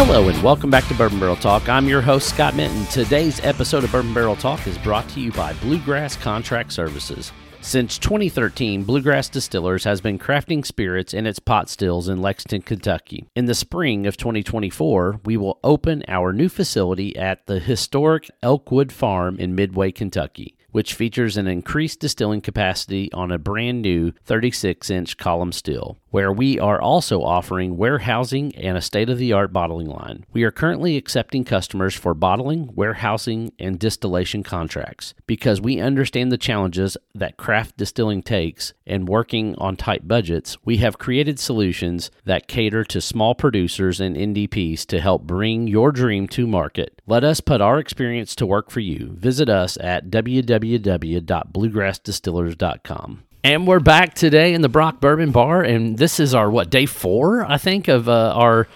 Hello and welcome back to Bourbon Barrel Talk. I'm your host, Scott Minton. Today's episode of Bourbon Barrel Talk is brought to you by Bluegrass Contract Services. Since 2013, Bluegrass Distillers has been crafting spirits in its pot stills in Lexington, Kentucky. In the spring of 2024, we will open our new facility at the historic Elkwood Farm in Midway, Kentucky which features an increased distilling capacity on a brand new 36 inch column still, where we are also offering warehousing and a state of the art bottling line. We are currently accepting customers for bottling, warehousing, and distillation contracts because we understand the challenges that craft distilling takes and working on tight budgets. We have created solutions that cater to small producers and NDPs to help bring your dream to market. Let us put our experience to work for you. Visit us at www www.bluegrassdistillers.com. And we're back today in the Brock Bourbon Bar, and this is our what day four, I think, of uh, our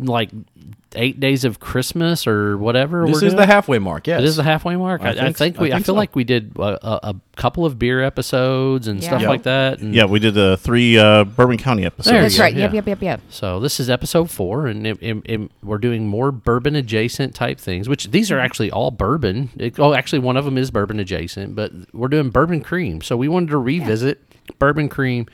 like eight days of Christmas or whatever. This we're is doing. the halfway mark. Yes, It is the halfway mark. I, I, think, think- we. I, I think feel so. like we did a, a, a couple of beer episodes and stuff Yeah. like that. And Yeah, we did the three uh, Bourbon County episodes. There That's you go, right. Yep, yeah. yep, yep, yep. So this is episode four, and it, it, it- we're doing more bourbon adjacent type things. Which these are actually all bourbon. It, oh, actually, one of them is bourbon adjacent, but we're doing bourbon cream. So we wanted to revisit bourbon cream,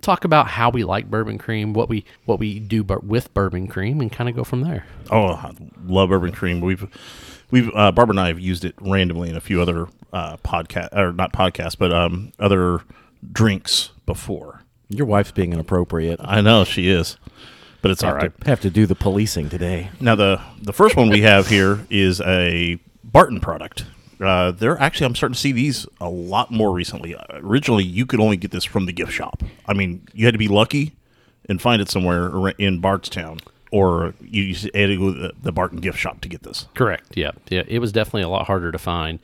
talk about how we like bourbon cream, what we what we do bur- with bourbon cream, and kind of go from there. Oh, I love Bourbon Cream. We've we've uh, Barb and I have used it randomly in a few other uh, podcast or not podcasts, but um, other drinks before. Your wife's being inappropriate. I I know she is, but it's all right. have to do the policing today. Now the the first one we have here is a Barton product. Uh, they're actually I'm starting to see these a lot more recently. Uh, originally, you could only get this from the gift shop. I mean, you had to be lucky and find it somewhere ar- in Bartstown, or you you had to go to the, the Barton gift shop to get this. Correct. Yeah. Yeah. It was definitely a lot harder to find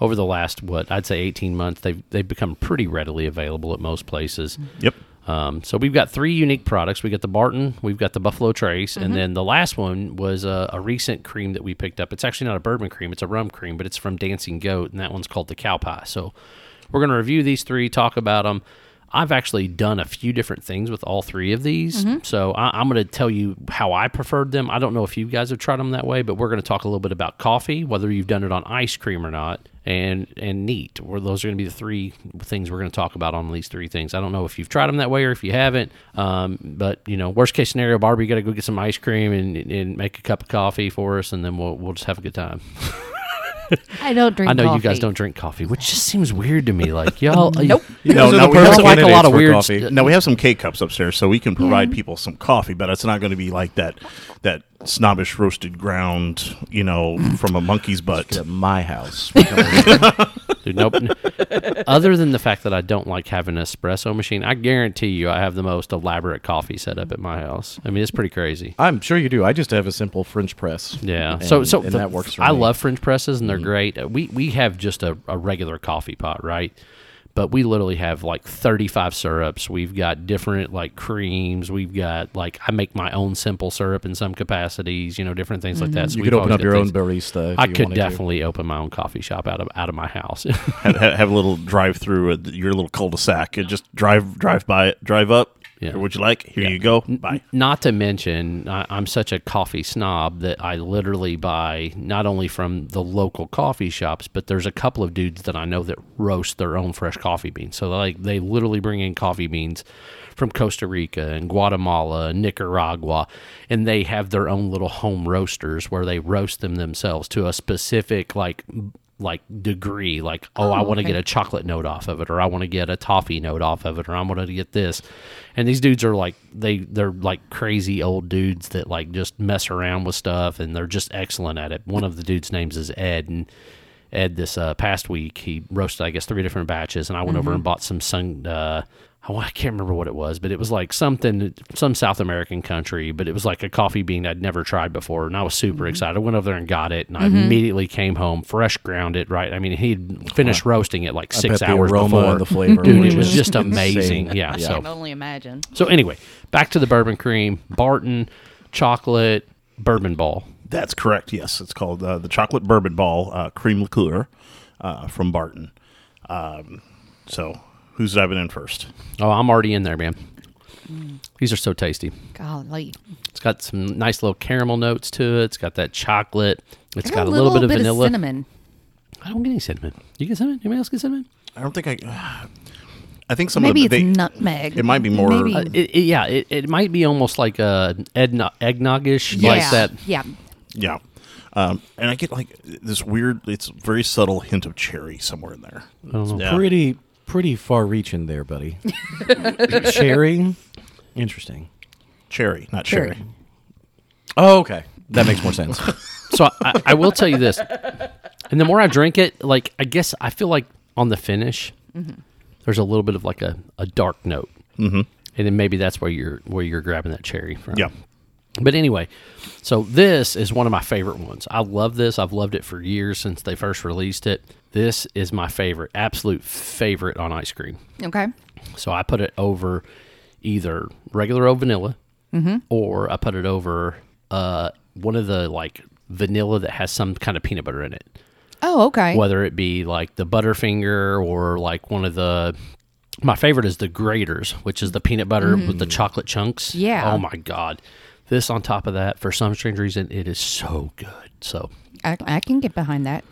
over the last what I'd say eighteen months. They've they've become pretty readily available at most places. Yep. Um, so we've got three unique products. We got the Barton, we've got the Buffalo Trace, and then the last one was a, a recent cream that we picked up. It's actually not a bourbon cream; it's a rum cream, but it's from Dancing Goat, and that one's called the Cow Pie. So we're going to review these three, talk about them. I've actually done a few different things with all three of these, so I, I'm going to tell you how I preferred them. I don't know if you guys have tried them that way, but we're going to talk a little bit about coffee, whether you've done it on ice cream or not, and and neat. Where those are going to be the three things we're going to talk about on these three things. I don't know if you've tried them that way or if you haven't, um, but you know, worst case scenario, Barbie, you got to go get some ice cream and, and make a cup of coffee for us, and then we'll we'll just have a good time. I don't drink. I know you guys coffee. don't drink coffee, which just seems weird to me. Like y'all, Nope. You No, guys are no, the we worst don't like a candidates lot of for weird. Mm-hmm. coffee. st- Now we have some K cups upstairs, so we can provide people some coffee, but it's not going to be like that that snobbish roasted ground, you know, from a monkey's butt. At my house. Dude, nope. Other than the fact that I don't like having an espresso machine, I guarantee you I have the most elaborate coffee setup at my house. I mean, it's pretty crazy. I'm sure you do. I just have a simple French press. Yeah. And- so so and the- that works. For I me. love French presses and they're great. Uh, We we have just a, a regular coffee pot, right? But we literally have like 35 syrups. We've got different like creams. We've got like I make my own simple syrup in some capacities, you know, different things like that. So Mm-hmm. You we've could open always up got your own things- barista. If I you could wanted to. definitely open my own coffee shop out of out of my house. have, have, have a little drive through at your little cul-de-sac and just drive drive by it, drive up. Yeah. Would you like? Here you go. Mm-hmm. Bye. Not to mention, I, I'm such a coffee snob that I literally buy not only from the local coffee shops, but there's a couple of dudes that I know that roast their own fresh coffee beans. So like they literally bring in coffee beans from Costa Rica and Guatemala and Nicaragua, and they have their own little home roasters where they roast them themselves to a specific like like degree like oh, i want to okay. get a chocolate note off of it or i want to get a toffee note off of it or i'm going to get this and these dudes are like they they're like crazy old dudes that like just mess around with stuff and they're just excellent at it one of the dudes names is ed and ed this uh, past week he roasted i guess three different batches and i went over and bought some sun uh, oh, I can't remember what it was, but it was like something, some South American country, but it was like a coffee bean I'd never tried before. And I was Mm-hmm. super excited. I went over there and got it, and I immediately came home, fresh ground it, right? I mean, he'd finished roasting it like I six bet hours the aroma before. and the flavor. Dude, it would was just amazing. insane. Yeah. Yeah. So can only imagine. so anyway, back to the bourbon cream, Barton, chocolate, bourbon ball. That's correct. Yes, it's called uh, the chocolate bourbon ball uh, cream liqueur uh, from Barton. Um, so who's diving in first? Oh, I'm already in there, man. Mm. These are so tasty. Golly. It's got some nice little caramel notes to it. It's got that chocolate. It's I got, a little, bit of vanilla. cinnamon. I don't get any cinnamon. You get cinnamon? Anybody else get cinnamon? I don't think I. I think some Maybe of the, it's they, nutmeg. it might be more- Maybe. Uh, It, it- yeah, it, it might be almost like a eggno- eggnogish, yeah. like that. Yeah. Yeah. Um, and I get like this weird, it's very subtle hint of cherry somewhere in there. Yeah. Pretty, pretty far reaching there, buddy. Cherry. Interesting. Cherry, not Cherry. cherry. Oh, okay. That makes more sense. So I, I will tell you this, and the more I drink it, like I guess I feel like on the finish, there's a little bit of like a, a dark note, mm-hmm. and then maybe that's where you're where you're grabbing that cherry from. Yeah. But anyway, so this is one of my favorite ones. I love this. I've loved it for years since they first released it. This is my favorite, absolute favorite on ice cream. Okay. So I put it over either regular old vanilla, or I put it over uh, one of the like vanilla that has some kind of peanut butter in it, Oh, okay. whether it be like the Butterfinger or like one of the. My favorite is the graters, which is the peanut butter with the chocolate chunks. Yeah. Oh my god, this on top of that for some strange reason it is so good. So, I, I can get behind that.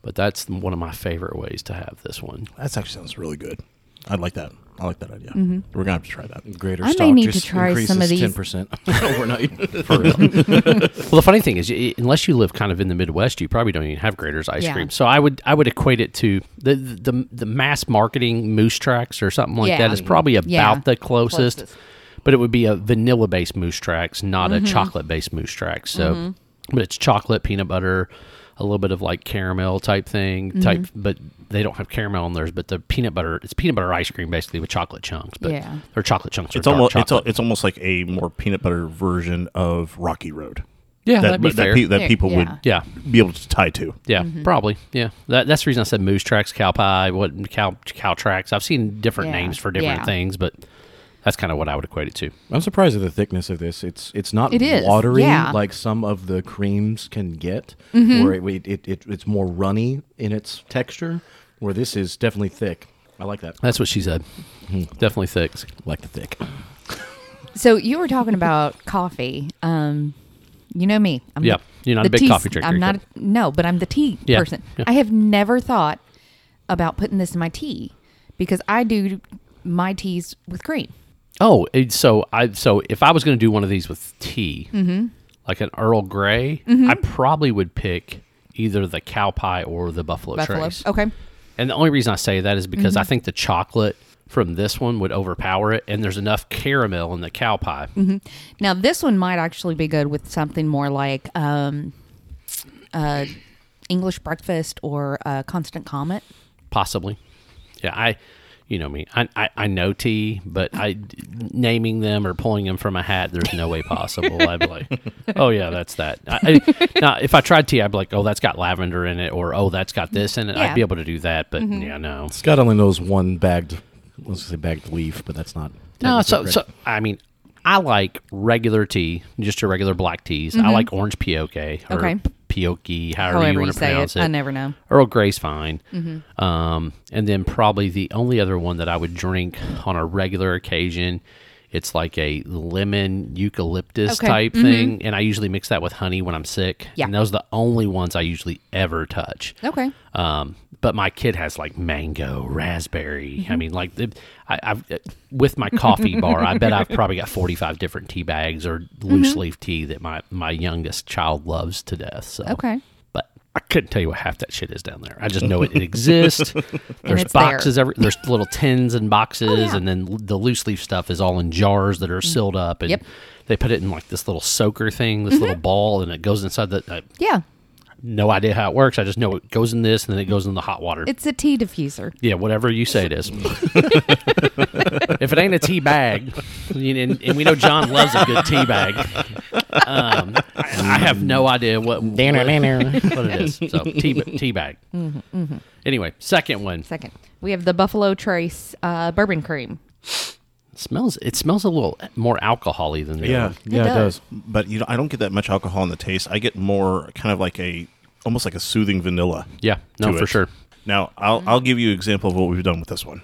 but that's one of my favorite ways to have this one. That actually sounds really good. I like that. I like that idea. Mm-hmm. We're going to have to try that. Greater I may stock need to just try some increases of these. ten percent overnight. For real. well, the funny thing is, y- unless you live kind of in the Midwest, you probably don't even have Grater's ice Yeah. cream. So I would I would equate it to the the, the mass marketing moose tracks or something like Yeah. that is probably about Yeah. the closest, Closest. but it would be a vanilla based moose tracks, not Mm-hmm. a chocolate based moose track. So, but it's chocolate, peanut butter. A little bit of like caramel type thing, Mm-hmm. type, but they don't have caramel on theirs. But the peanut butter, it's peanut butter ice cream basically with chocolate chunks. But Yeah. or chocolate chunks. Or It's dark almost, it's, chocolate. al- it's almost like a more peanut butter version of Rocky Road. yeah, that that'd be that, fair. pe- that Yeah, people would yeah, be able to tie to. Yeah, Mm-hmm. probably. Yeah, that, that's the reason I said moose tracks, cow pie, what cow cow tracks. I've seen different Yeah, names for different yeah. things, but that's kind of what I would equate it to. I'm surprised at the thickness of this. It's it's not It is, watery yeah. like some of the creams can get, where it, it, it it's more runny in its texture. Where this is definitely thick. I like that. That's what she said. Hmm. Definitely thick. Like the thick. So you were talking about coffee. Um, you know me. I'm Yeah. You're not a the big tea- coffee drinker, I'm not. No, but I'm the tea Yeah. person. Yeah. I have never thought about putting this in my tea because I do my teas with cream. Oh, and so I so if I was going to do one of these with tea, Mm-hmm. like an Earl gray I probably would pick either the cow pie or the buffalo, Buffalo. trace. Okay. Mm-hmm. And the only reason I say that is because I think the chocolate from this one would overpower it, and there's enough caramel in the cow pie. Now this one might actually be good with something more like um, uh, English breakfast or uh, constant comet. possibly. Yeah, I, you know me, I, I, I know tea, but I naming them or pulling them from a hat, there's no way possible. I'd be like, oh yeah, that's that. I, I, now, if I tried tea, I'd be like, oh, that's got lavender in it, or oh, that's got this in it. Yeah. Mm-hmm. I'd be able to do that, but yeah, no, Scott only knows one bagged. Let's say bagged leaf, but that's not. no. technically So, correct. so I mean. I like regular tea, just your regular black teas. I like orange pioke or Mm-hmm. Okay. pioke, however, However you you, want to say pronounce it, it. I never know. Earl Grey's fine. Mm-hmm. Um, and then probably the only other one that I would drink on a regular occasion, it's like a lemon eucalyptus Okay. Mm-hmm. type thing. And I usually mix that with honey when I'm sick. Yeah. And those are the only ones I usually ever touch. Okay. Um, but my kid has like mango, raspberry. Mm-hmm. I mean, like the- I, I've uh, with my coffee bar, I bet I've probably got forty five different tea bags or loose Mm-hmm. leaf tea that my my youngest child loves to death. So Okay. but I couldn't tell you what half that shit is down there. I just know it, it exists. there's it's there. Oh, boxes every there's little tins and boxes, and then l- the loose leaf stuff is all in jars that are sealed up, and Mm. Yep. Mm-hmm. they put it in like this little soaker thing, this little ball, and it goes inside the. I, Yeah, no idea how it works. I just know it goes in this, and then it goes in the hot water. it's a tea diffuser. yeah, whatever you say it is. if it ain't a tea bag, you- and, and we know John loves a good tea bag, um, I, I have no idea what, what, what it is. So tea, tea bag. Anyway, second one Second, we have the Buffalo Trace uh, bourbon cream. smells. It smells a little more alcoholy than the other yeah, one. yeah, it does. does. But you know, I don't get that much alcohol in the taste. I get more kind of like a, almost like a soothing vanilla. Yeah, no, to for it. sure. Now, I'll, I'll give you an example of what we've done with this one.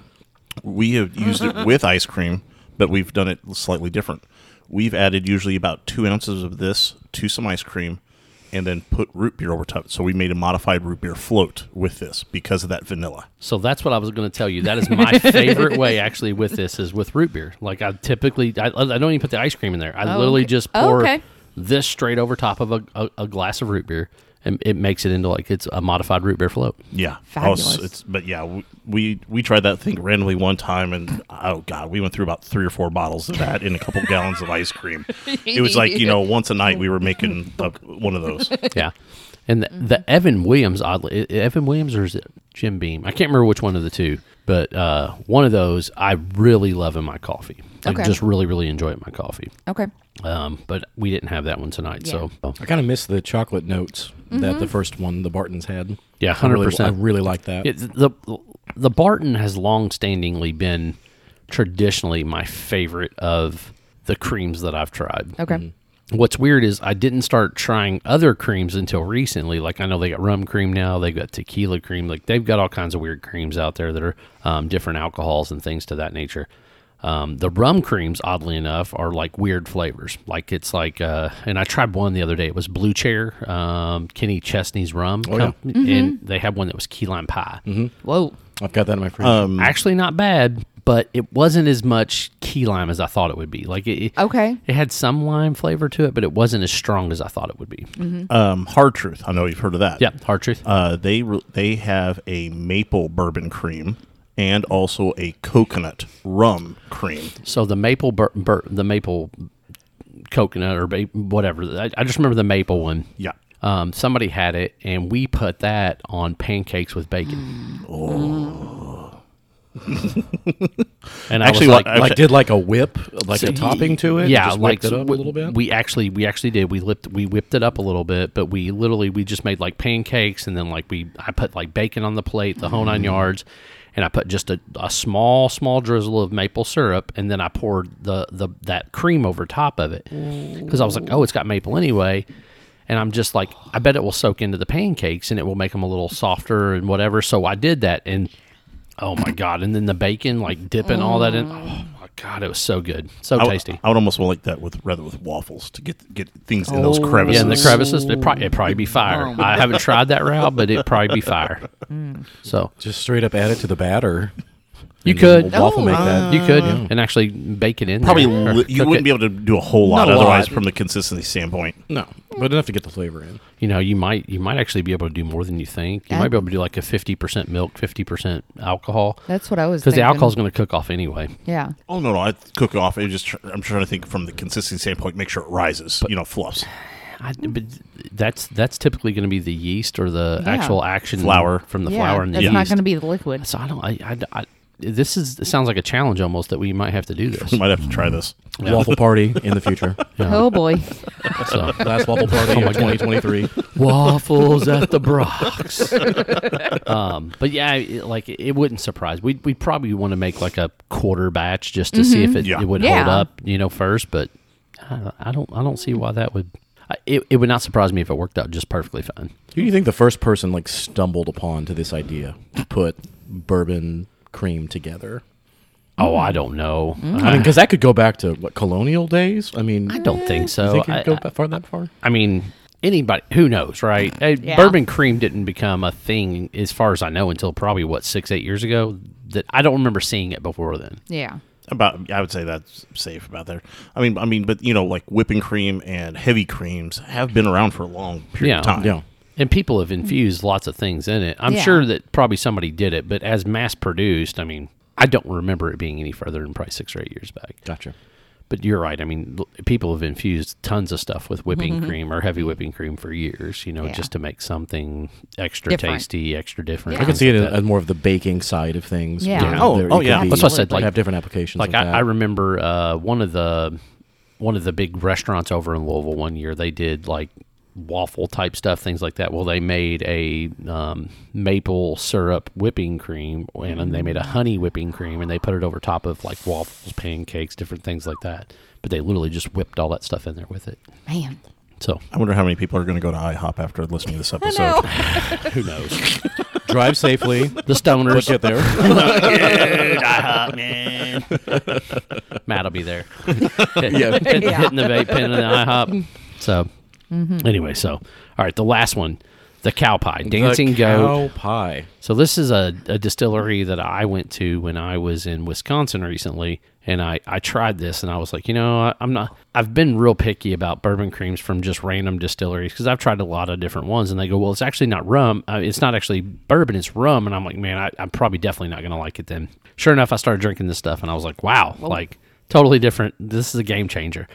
We have used it with ice cream, but we've done it slightly different. We've added usually about two ounces of this to some ice cream and then put root beer over top. So we made a modified root beer float with this because of that vanilla. So that's what I was going to tell you. That is my favorite way, actually, with this is with root beer. Like I typically, I, I don't even put the ice cream in there. I Oh, literally okay. just Oh, pour okay. this straight over top of a, a, a glass of root beer, and it makes it into like it's a modified root beer float. Yeah, Fabulous. Oh, it's- it's- but yeah, we, we we tried that thing randomly one time, and oh god, we went through about three or four bottles of that and a couple gallons of ice cream. It was like you know, once a night we were making a, one of those. Yeah. And the, Mm-hmm. the Evan Williams, oddly, i- Evan Williams or is it Jim Beam? I can't remember which one of the two, but uh, one of those I really love in my coffee. Like, Okay. just really, really enjoy it in my coffee. Okay. Um, but we didn't have that one tonight. So, I kind of miss the chocolate notes that the first one the Bartons had. Yeah, I really- 100%. I really like that. It, the the Barton has longstandingly been traditionally my favorite of the creams that I've tried. Okay. What's weird is I didn't start trying other creams until recently. Like I know they got rum cream now, they've got tequila cream, like they've got all kinds of weird creams out there that are um, different alcohols and things to that nature. Um, the rum creams, oddly enough, are like weird flavors. Like it's like, uh, and I tried one the other day. It was Blue Chair, um, Kenny Chesney's rum, com- and they had one that was key lime pie. Whoa. I've got that in my fridge. Um, Actually, not bad, but it wasn't as much key lime as I thought it would be. Like it, it- Okay. it had some lime flavor to it, but it wasn't as strong as I thought it would be. Um, Hard truth, I know you've heard of that. Yeah, hard truth. uh, they re- they have a maple bourbon cream and also a coconut rum cream. So the maple, bur- bur- the maple coconut or ba- whatever. I, I just remember the maple one. Yeah, Um, somebody had it, and we put that on pancakes with bacon. Oh. and I Actually, was like, what- I- like did like a whip, like a So- topping to it. Yeah, just like whipped it up we, a little bit. we actually we actually did. We lipped we whipped it up a little bit, but we literally we just made like pancakes and then like we I put like bacon on the plate, the whole nine yards, and I put just a, a small small drizzle of maple syrup, and then I poured the the that cream over top of it because I was like, oh, it's got maple anyway. And I'm just like, I bet it will soak into the pancakes and it will make them a little softer and whatever. So I did that, and oh my god! And then the bacon, like dipping all that in. Oh my god, it was so good, so I would- tasty. I would almost like that with rather with waffles to get get things in those crevices. Yeah, in the crevices, it probably it'd probably be fire. Oh. I haven't tried that route, but it'd probably be fire. Mm. So just straight up add it to the batter. you And then could we'll waffle make that. you could and actually bake it in. Probably there, or li- you cook it. wouldn't be able to do a whole lot Not a otherwise lot. from the consistency standpoint. No, but enough to get the flavor in. You know, you might you might actually be able to do more than you think. You Yeah. might be able to do like a fifty percent milk, fifty percent alcohol. That's what I was because the thinking. alcohol's going to cook off anyway. Yeah. Oh no, no, I cook it off. It just tr- I'm trying to think from the consistency standpoint, make sure it rises. you know, fluffs. I, but that's that's typically going to be the yeast or the Yeah. actual action Flour. from the yeah. flour and the That's yeast. not going to be the liquid. so I don't. I, I, I- this is it sounds like a challenge almost that we might have to do this. We might have to try this. Waffle party in the future. Oh boy. So. Last waffle Oh party of 2023. waffles at the Brox. um, but yeah, it, like it wouldn't surprise. We we probably want to make like a quarter batch just to see Mm-hmm. if it, Yeah. it would Yeah. hold up, you know, first. But I, I don't I don't see why that would. I, it, it would not surprise me if it worked out just perfectly fine. Who do you think the first person like stumbled upon to this idea to put bourbon cream together? Oh, Mm. I don't know. I mean, because that could go back to what colonial days. I mean, I don't think You so. think it I, could go I- that far that far? I mean, anybody who knows, right? Hey, Yeah. Bourbon cream didn't become a thing, as far as I know, until probably what six, eight years ago. That I don't remember seeing it before then. Yeah. About I would say that's safe about there. I mean, I mean, but you know, like whipping cream and heavy creams have been around for a long period of Yeah. time. Yeah. And people have infused lots of things in it. I'm Mm. Yeah. sure that probably somebody did it, but as mass produced, I mean, I don't remember it being any further than probably six or eight years back. Gotcha. But you're right. I mean, l- people have infused tons of stuff with whipping cream or heavy whipping cream for years, you know, Mm-hmm. Yeah. just to make something extra Different. tasty, extra different. I can things see it like as that. as more of the baking side of things. Yeah. where Oh, there- it oh, could yeah. be- That's what I said, like- have different applications. Like of I, that. I remember uh, one of the one of the big restaurants over in Louisville one year. They did like waffle type stuff, things like that. Well, they made a um, maple syrup whipping cream, and then they made a honey whipping cream, and they put it over top of like waffles, pancakes, different things like that. But they literally just whipped all that stuff in there with it. Man. So I wonder how many people are going to go to IHOP after listening to this I episode. know. who knows? Drive safely. The stoners Get there. Matt'll be there. Yeah. hitting, Yeah. hitting the vape pen and the IHOP. So anyway, so all right, the last one, the cow pie, dancing the goat. cow pie. So this is a, a distillery that I went to when I was in Wisconsin recently, and I, I tried this and I was like, you know, I, I'm not. I've been real picky about bourbon creams from just random distilleries because I've tried a lot of different ones, and they go, well, it's actually not rum. Uh, it's not actually bourbon. It's rum, and I'm like, man, I, I'm probably definitely not gonna like it then. Sure enough, I started drinking this stuff, and I was like, wow, like totally different. This is a game changer.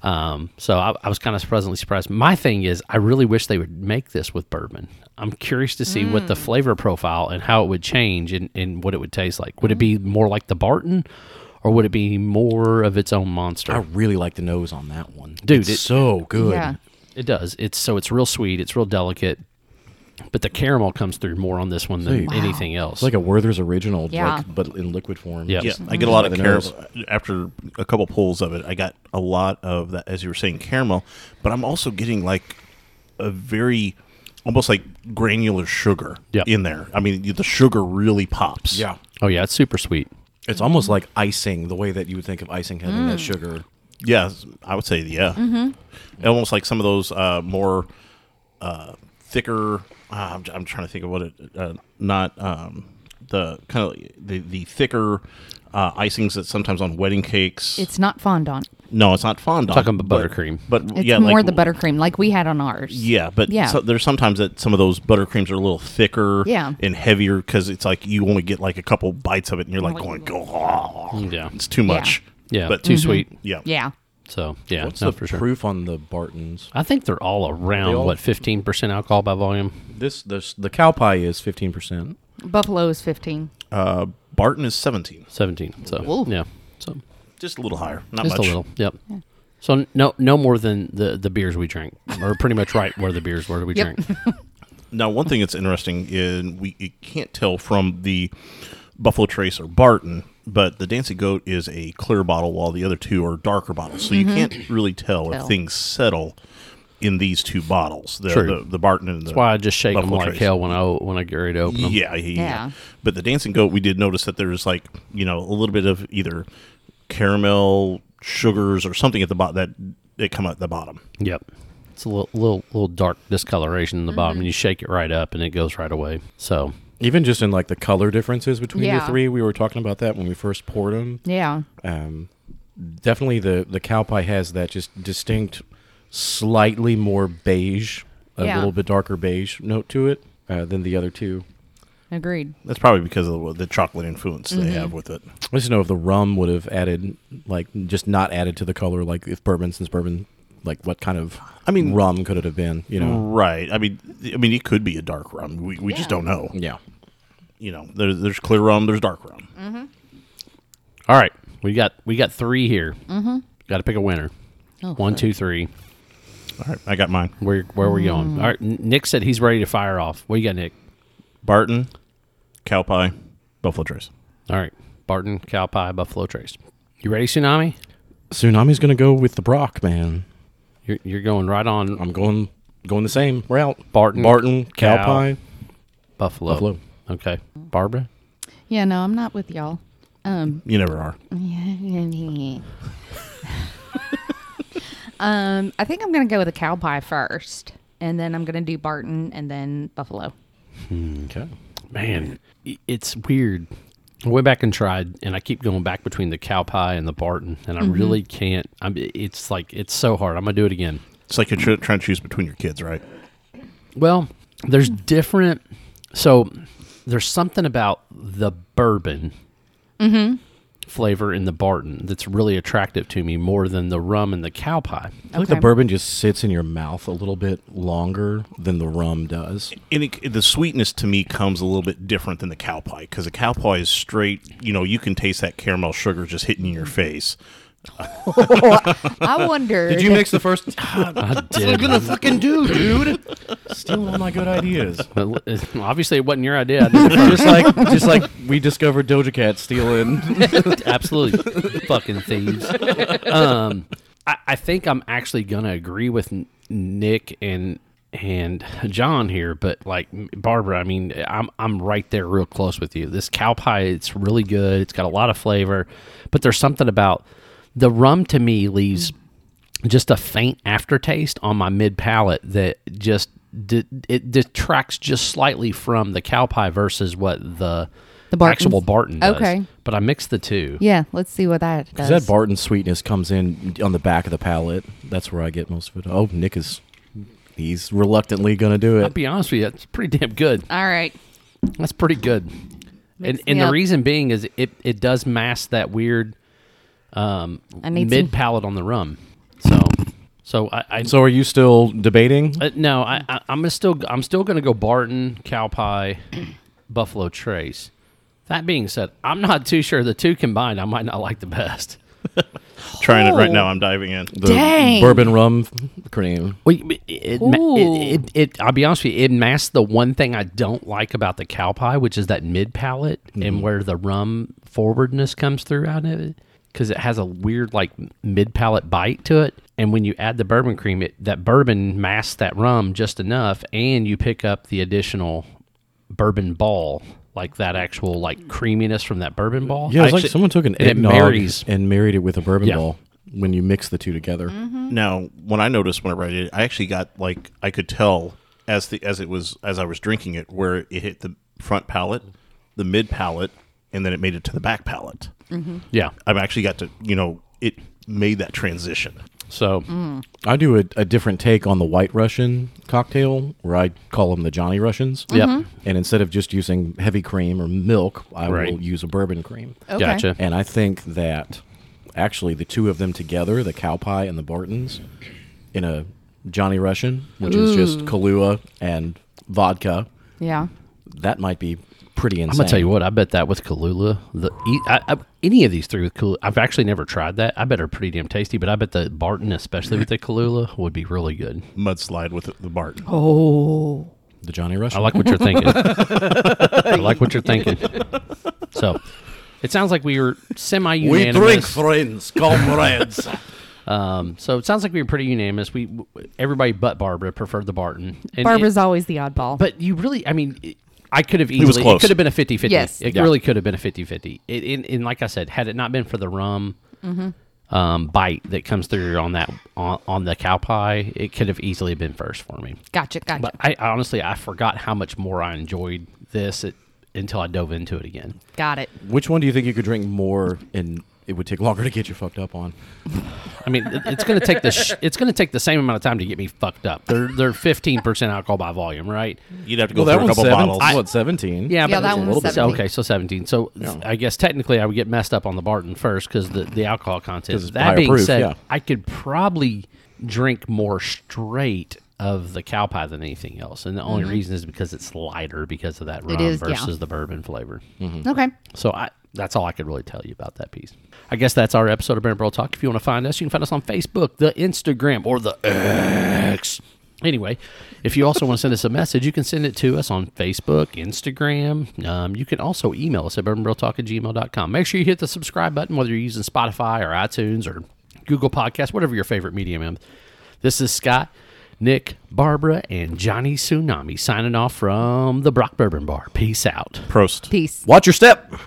Um, so I, I was kind of pleasantly surprised. My thing is, I really wish they would make this with bourbon. I'm curious to see what the Mm. flavor profile and how it would change and, and what it would taste like. Would it be more like the Barton, or would it be more of its own monster? I really like the nose on that one, Dude, It's it- so good. Yeah. it does. It's so it's real sweet. It's real delicate, but the caramel comes through more on this one than Sweet. anything else. It's like a Werther's original, Yeah. Mm-hmm. like, but in liquid form. Yeah. Yeah, I get a lot of The caramel after a couple pulls of it. I got a lot of that, as you were saying, caramel. But I'm also getting like a very almost like granular sugar Yeah. in there. I mean, the sugar really pops. Yeah. oh yeah, it's super sweet. It's almost like icing, the way that you would think of icing having Mm. that sugar. Yeah, I would say yeah. Mm-hmm. Almost like some of those uh, more uh, thicker. Uh, I'm, I'm trying to think of what it. Uh, not um, the kind of the the thicker uh, icings that sometimes on wedding cakes. It's not fondant. no, it's not fondant. Talking about but- buttercream. but It's yeah, more like, the buttercream, like we had on ours. Yeah, but Yeah. So there's sometimes that some of those buttercreams are a little thicker Yeah. and heavier because it's like you only get like a couple bites of it and you're like going, go, Yeah. it's too much. Yeah, But too sweet. Yeah. Yeah. So yeah, Mm-hmm. What's no, the for sure. proof on the Bartons? I think they're all around They all- what 15% alcohol by volume. This, this the cow pie is fifteen percent. Buffalo is 15. Uh, Barton is 17, 17. So Whoa. yeah. So just a little higher, not just much. a little. Yep. So n- no no more than the the beers we drank or pretty much right where the beers were we Yep. drank. Now, one thing that's interesting is we it can't tell from the Buffalo Trace or Barton, but the Dancy Goat is a clear bottle while the other two are darker bottles. So you can't really tell, Tell. if things settle in these two bottles, the, True. the, the Barton and the That's why I just shake them Buffalo like Trace. hell when I when I get ready to open them. Yeah, yeah, Yeah. yeah. But the dancing goat, we did notice that there's like you know a little bit of either caramel sugars or something at the bottom that that come at the bottom. Yep. It's a little little, little dark discoloration in the Mm-hmm. bottom and you shake it right up and it goes right away. So Even just in like the color differences between Yeah. the three, we were talking about that when we first poured them. Yeah. Um, definitely the the cow pie has that just distinct, slightly more beige, a Yeah. little bit darker beige note to it uh, than the other two. Agreed. That's probably because of the, the chocolate influence they have with it. I just know if the rum would have added, like, just not added to the color, like if bourbon, since bourbon, like, what kind of I mean- rum could it have been? You know, Right. I mean, I mean, it could be a dark rum. We, we Yeah. just don't know. Mm. yeah. You know, there's there's clear rum, there's dark rum. Mm. all right, we got we got 3 here. Mhm. Got to pick a winner. Mm-hmm. Oh, One, two, three. All right, I got mine. Where where we Mm. going? All right, N- Nick said he's ready to fire off. What you got, Nick? Barton, cow pie, buffalo trace. All right, Barton, cow pie, Buffalo Trace. You ready, Tsunami? Tsunami's gonna go with the Brock man. You're, you're going right on I'm going going the same route. Barton, Barton, cow, cow. pie. Buffalo. Buffalo. Okay, Barbara. Yeah, no, I'm not with y'all. Um, You never are. um, I think I'm going to go with a cow pie first, and then I'm going to do Barton and then Buffalo. Okay. Man, i- it's weird. I went back and tried, and I keep going back between the cow pie and the Barton, and I really can't. I'm. It's like it's so hard. I'm gonna do it again. It's like you're tr- trying to choose between your kids, right? Well, there's different. So there's something about the bourbon flavor in the Barton that's really attractive to me more than the rum and the cow pie. I think the bourbon just sits in your mouth a little bit longer than the rum does. and it, the sweetness to me comes a little bit different than the cow pie because the cow pie is straight. You know, you can taste that caramel sugar just hitting in your face. I wonder. Did you mix the first? I did. fucking do, dude. Still all my good ideas. Well, Obviously, it wasn't your idea. I did it just like just like we discovered Doja Cat stealing. first. Absolutely, fucking thieves. Um, I, I think I'm actually gonna agree with N- Nick and and John here, but like Barbara, I mean, I'm I'm right there, real close with you. This cow pie, it's really good. It's got a lot of flavor, but there's something about the rum to me leaves just a faint aftertaste on my mid palate that just de- it detracts just slightly from the cow pie versus what the The Barton's- actual Barton does. Okay. But I mixed the two. Yeah, let's see what that Because does. that Barton sweetness comes in on the back of the palate. That's where I get most of it. Oh, Nick is. He's reluctantly going to do I'll it. be honest with you, it's pretty damn good. All right. That's pretty good. And, Mix and me the up. reason being is it, it does mask that weird um, I need mid some. palate on the rum. So so I, I So are you still debating? uh, no I, I I'm gonna still I'm still gonna go Barton cow pie Buffalo Trace. That being said, I'm not too sure the two combined I might not like the best. Trying it right Oh. now. I'm diving in. The Dang. bourbon rum cream. Well, it, it, ma- Ooh. it, it, it, I'll be honest with you, it masks the one thing I don't like about the cow pie, which is that mid palate Mm-hmm. and where the rum forwardness comes through out of it. Because it has a weird, like, mid palate bite to it. And when you add the bourbon cream, it, that bourbon masks that rum just enough. And you pick up the additional bourbon ball, like that actual, like, creaminess from that bourbon ball. Yeah, it's like Actually- someone took an and it eggnog marries. and married it with a bourbon Yeah. ball when you mix the two together. Mm-hmm. Now, when I noticed whenever I did, it, I actually got like I could tell as the as it was as I was drinking it where it hit the front palate, the mid palate, and then it made it to the back palate. yeah. I've actually got to you know it made that transition. So, Mm, I do a, a different take on the White Russian cocktail where I call them the Johnny Russians. Yep. Mhm. Mm-hmm. And instead of just using heavy cream or milk, I Right. will use a bourbon cream. Okay. gotcha. And I think that actually the two of them together, the cow pie and the Bartons, in a Johnny Russian, which is just Kahlua and vodka, Yeah. that might be pretty insane. I'm gonna tell you what. I bet that with Kalula, the e- I, I, any of these three with Kalula, I've actually never tried that. I bet are pretty damn tasty. But I bet the Barton, especially with the Kalula, would be really good. Mudslide with the Barton. Oh. the Johnny Russian. I like what you're thinking. I like what you're thinking. So, it sounds like we were semi unanimous. friends, comrades. Um, so it sounds like we were pretty unanimous. We everybody but Barbara preferred the Barton. And Barbara's it- always the oddball. but you really, I mean. It, I could have easily. was close. could have been a 50-50. Yes. It Yeah. really could have been a 50-50. It, and, and like I said, had it not been for the rum, um, bite that comes through on that on, on the cow pie, it could have easily been first for me. gotcha. Gotcha. But I, I honestly I forgot how much more I enjoyed this it, until I dove into it again. Got it. Which one do you think you could drink more and it would take longer to get you fucked up on? I mean, it- it's gonna take the sh- it's gonna take the same amount of time to get me fucked up. They're they're fifteen percent alcohol by volume, right? You'd have to go through a couple bottles. what, 17? Yeah, Yeah, but that one was so- 17. okay, so seventeen. So I guess technically I would get messed up on the Barton first because the the alcohol content. 'Cause it's that higher being proof, said, yeah. I could probably drink more straight of the cow pie than anything else, and the only reason is because it's lighter because of that rum Mm-hmm. is, yeah. versus the bourbon flavor. Okay. So I that's all I could really tell you about that piece. I guess that's our episode of Brand Bro Talk. If you want to find us, you can find us on Facebook, the Instagram, or the X. Anyway, if you also want to send us a message, you can send it to us on Facebook, Instagram. Um, you can also email us at bourbonbrewtalk at gmail.com. Make sure you hit the subscribe button, whether you're using Spotify or iTunes or Google Podcasts, whatever your favorite medium is. This is Scott, Nick, Barbara, and Johnny Tsunami signing off from the Brock Bourbon Bar. Peace out. Prost. Peace. Watch your step.